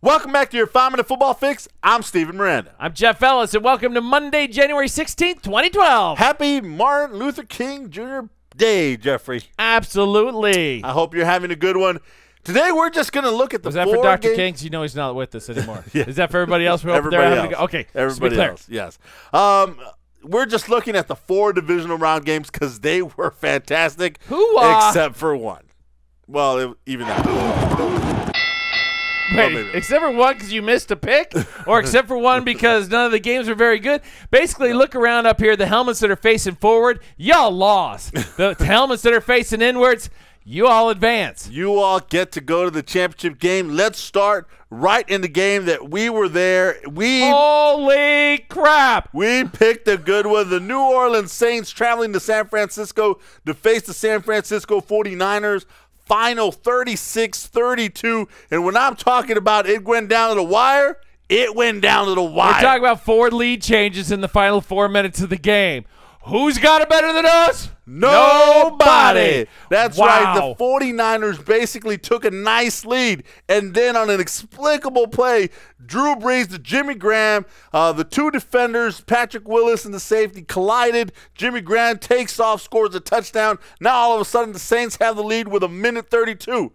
Welcome back to your Five Minute Football Fix. I'm Steven Miranda. I'm Jeff Ellis, and welcome to Monday, January 16th, 2012. Happy Martin Luther King Jr. Day, Jeffrey. Absolutely. I hope you're having a good one. Today, we're just going to look at the Was that for four Dr. games- King? 'Cause you know he's not with us anymore. Yeah. Is that for everybody else? We're over there Everybody having to else. go- Okay. just to be Everybody clear. else. Yes. Um, we're just looking at the four divisional round games because they were fantastic. Hoo-ah. Except for one. Well, it, even that. Wait, maybe. except for one because you missed a pick, or except for one because none of the games were very good. Basically, look around up here. The helmets that are facing forward, y'all lost. The helmets that are facing inwards, you all advance. You all get to go to the championship game. Let's start right in the game that we were there. We Holy crap! We picked a good one. The New Orleans Saints traveling to San Francisco to face the San Francisco 49ers. Final 36 32. And when I'm talking about it went down to the wire, it went down to the We're wire. talking about four lead changes in the final four minutes of the game. Who's got it better than us? Nobody. That's right. Wow. The 49ers basically took a nice lead. And then on an inexplicable play, Drew Brees to Jimmy Graham, uh, the two defenders, Patrick Willis and the safety, collided. Jimmy Graham takes off, scores a touchdown. Now all of a sudden, the Saints have the lead with a minute 32.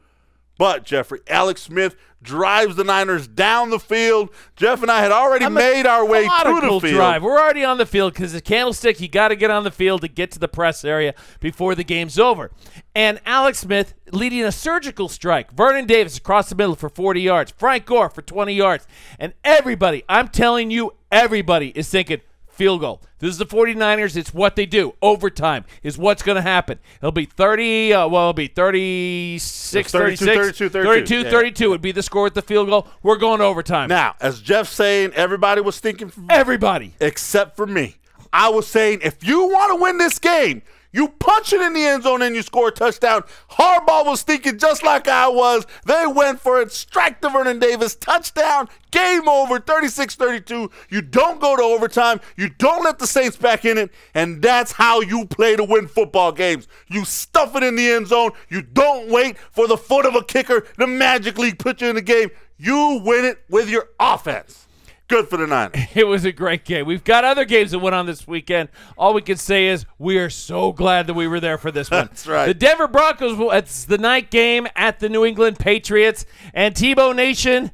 But Jeffrey, Alex Smith drives the Niners down the field. Jeff and I had already I'm a made our way through the methodical field. drive. We're already on the field because the candlestick, you got to get on the field to get to the press area before the game's over. And Alex Smith leading a surgical strike. Vernon Davis across the middle for 40 yards. Frank Gore for 20 yards. And everybody, I'm telling you, everybody is thinking field goal. This is the 49ers. It's what they do. Overtime is what's going to happen. It'll be 30, uh, well, it'll be 36, 32, 32, 32. 32, 32 would be the score at the field goal. We're going to overtime. Now, as Jeff's saying, everybody was thinking Everybody. except for me. I was saying, if you want to win this game, you punch it in the end zone and you score a touchdown. Harbaugh was thinking just like I was. They went for it, strike to Vernon Davis, touchdown, game over, 36 32. You don't go to overtime, you don't let the Saints back in it, and that's how you play to win football games. You stuff it in the end zone, you don't wait for the foot of a kicker to magically put you in the game. You win it with your offense. Good for the Niners. It was a great game. We've got other games that went on this weekend. All we can say is we are so glad that we were there for this one. That's right. The Denver Broncos, will- it's the night game at the New England Patriots, and Tebow Nation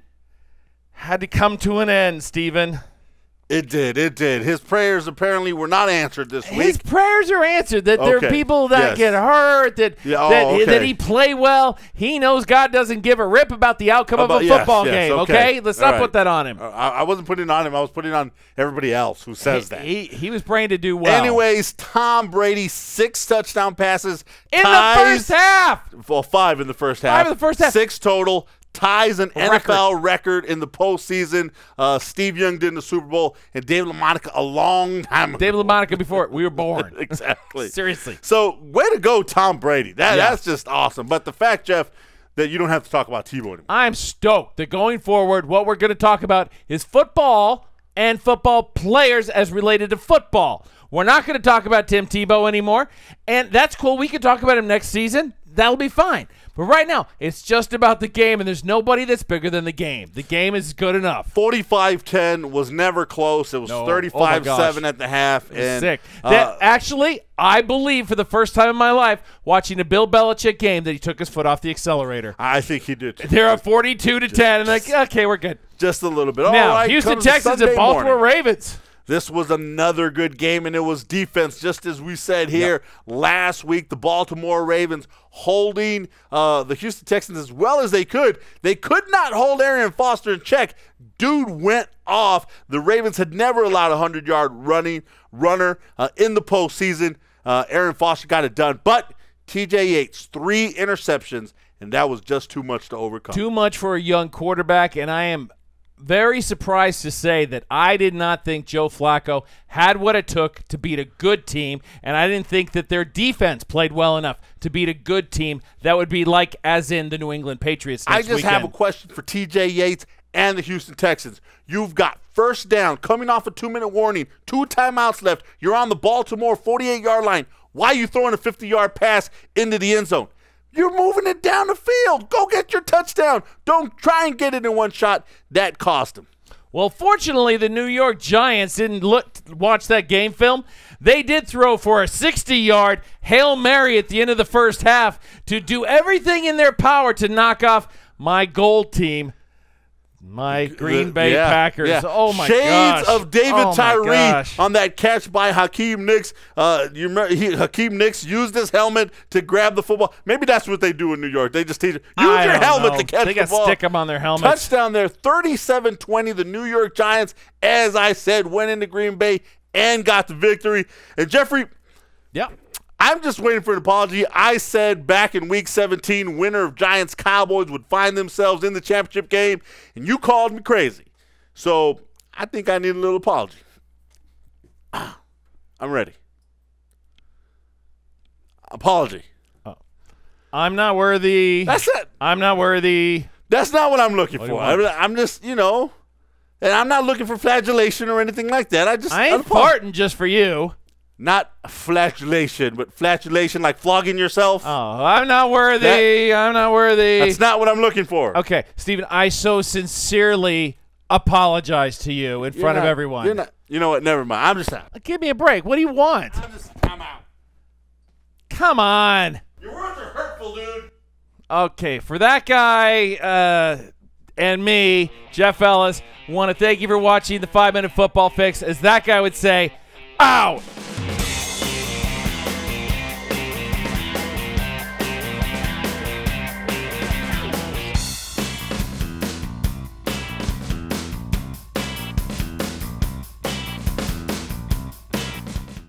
had to come to an end, Steven. It did. It did. His prayers apparently were not answered this His week. prayers are answered that there Okay, are people yes. that get hurt, that, Yeah, oh, that, that okay. he play well. He knows God doesn't give a rip about the outcome About- of a yes, football yes, game, okay. okay? Let's not All right. Uh, put that on him. I, I wasn't putting it on him. I was putting it on everybody else who says that. He, he was praying to do well. Anyways, Tom Brady six touchdown passes in the ties- first half. Well, five in the first half. in the first half. Six total. Ties an Record. NFL record in the postseason. Uh, Steve Young did in the Super Bowl, and David LaMonica a long time ago. David LaMonica before we were born. exactly. Seriously. So, way to go, Tom Brady. That, Yeah. That's just awesome. But the fact, Jeff, that you don't have to talk about Tebow anymore. I'm stoked that going forward, what we're going to talk about is football and football players as related to football. We're not going to talk about Tim Tebow anymore, and that's cool. We can talk about him next season. That'll be fine. But right now, it's just about the game, and there's nobody that's bigger than the game. The game is good enough. 45 10 was never close. It was No. 35 7 Oh my gosh. at the half. And, Sick. uh, that actually, I believe for the first time in my life, watching a Bill Belichick game, that he took his foot off the accelerator. I think he did. too. They're up 42 to 10, and like, okay, we're good. Just a little bit. Now, All right, Houston comes to Texans Sunday and Baltimore morning. Ravens. This was another good game, and it was defense, just as we said here last week. The Baltimore Ravens holding uh, the Houston Texans as well as they could. They could not hold Aaron Foster in check. Dude went off. The Ravens had never allowed a hundred-yard running runner uh, in the postseason. Uh, Aaron Foster got it done, but T.J. Yates three interceptions, and that was just too much to overcome. Too much for a young quarterback, and I am very surprised to say that I did not think Joe Flacco had what it took to beat a good team, and I didn't think that their defense played well enough to beat a good team. That would be like as in the New England Patriots. Next I just weekend. have a question for TJ Yates and the Houston Texans. You've got first down coming off a two minute warning, two timeouts left. You're on the Baltimore 48 yard line. Why are you throwing a 50 yard pass into the end zone? You're moving it down the field. Go get your touchdown. Don't try and get it in one shot. That cost him. Well, fortunately, the New York Giants didn't look watch that game film. They did throw for a 60-yard hail mary at the end of the first half to do everything in their power to knock off my gold team, my Green The- Bay yeah, Packers. yeah. Oh my Shades gosh! of David Oh, my Tyree gosh. on that catch by Hakeem Nicks. Uh, you remember he, Hakeem Nicks used his helmet to grab the football. Maybe that's what they do in New York. They just teach use I your don't helmet know. to catch They the got ball. stick 'em on their helmets. Touchdown there, 37-20. The New York Giants, as I said, went into Green Bay and got the victory. And Jeffrey, Yep. I'm just waiting for an apology. I said back in week 17, winner of Giants Cowboys would find themselves in the championship game, and you called me crazy. So I think I need a little apology. Ah, I'm ready. Apology. I'm not worthy. That's it. I'm not worthy. That's not what I'm looking for. Oh, want? I'm, I'm just, you know, and I'm not looking for flagellation or anything like that. I just, I ain't apologize. farting just for you. Not flagellation, but flagellation like flogging yourself. Oh, I'm not worthy. I'm not worthy. That's not what I'm looking for. Okay, Steven, I so sincerely apologize to you in You're front of not- everyone. You're not, you know what? Never mind. I'm just happy. Give me a break. What do you want? I'm just. I'm out. Come on. Your words are hurtful, dude. Okay, for that guy uh, and me, Jeff Ellis, want to thank you for watching the Five Minute Football Fix. As that guy would say, out.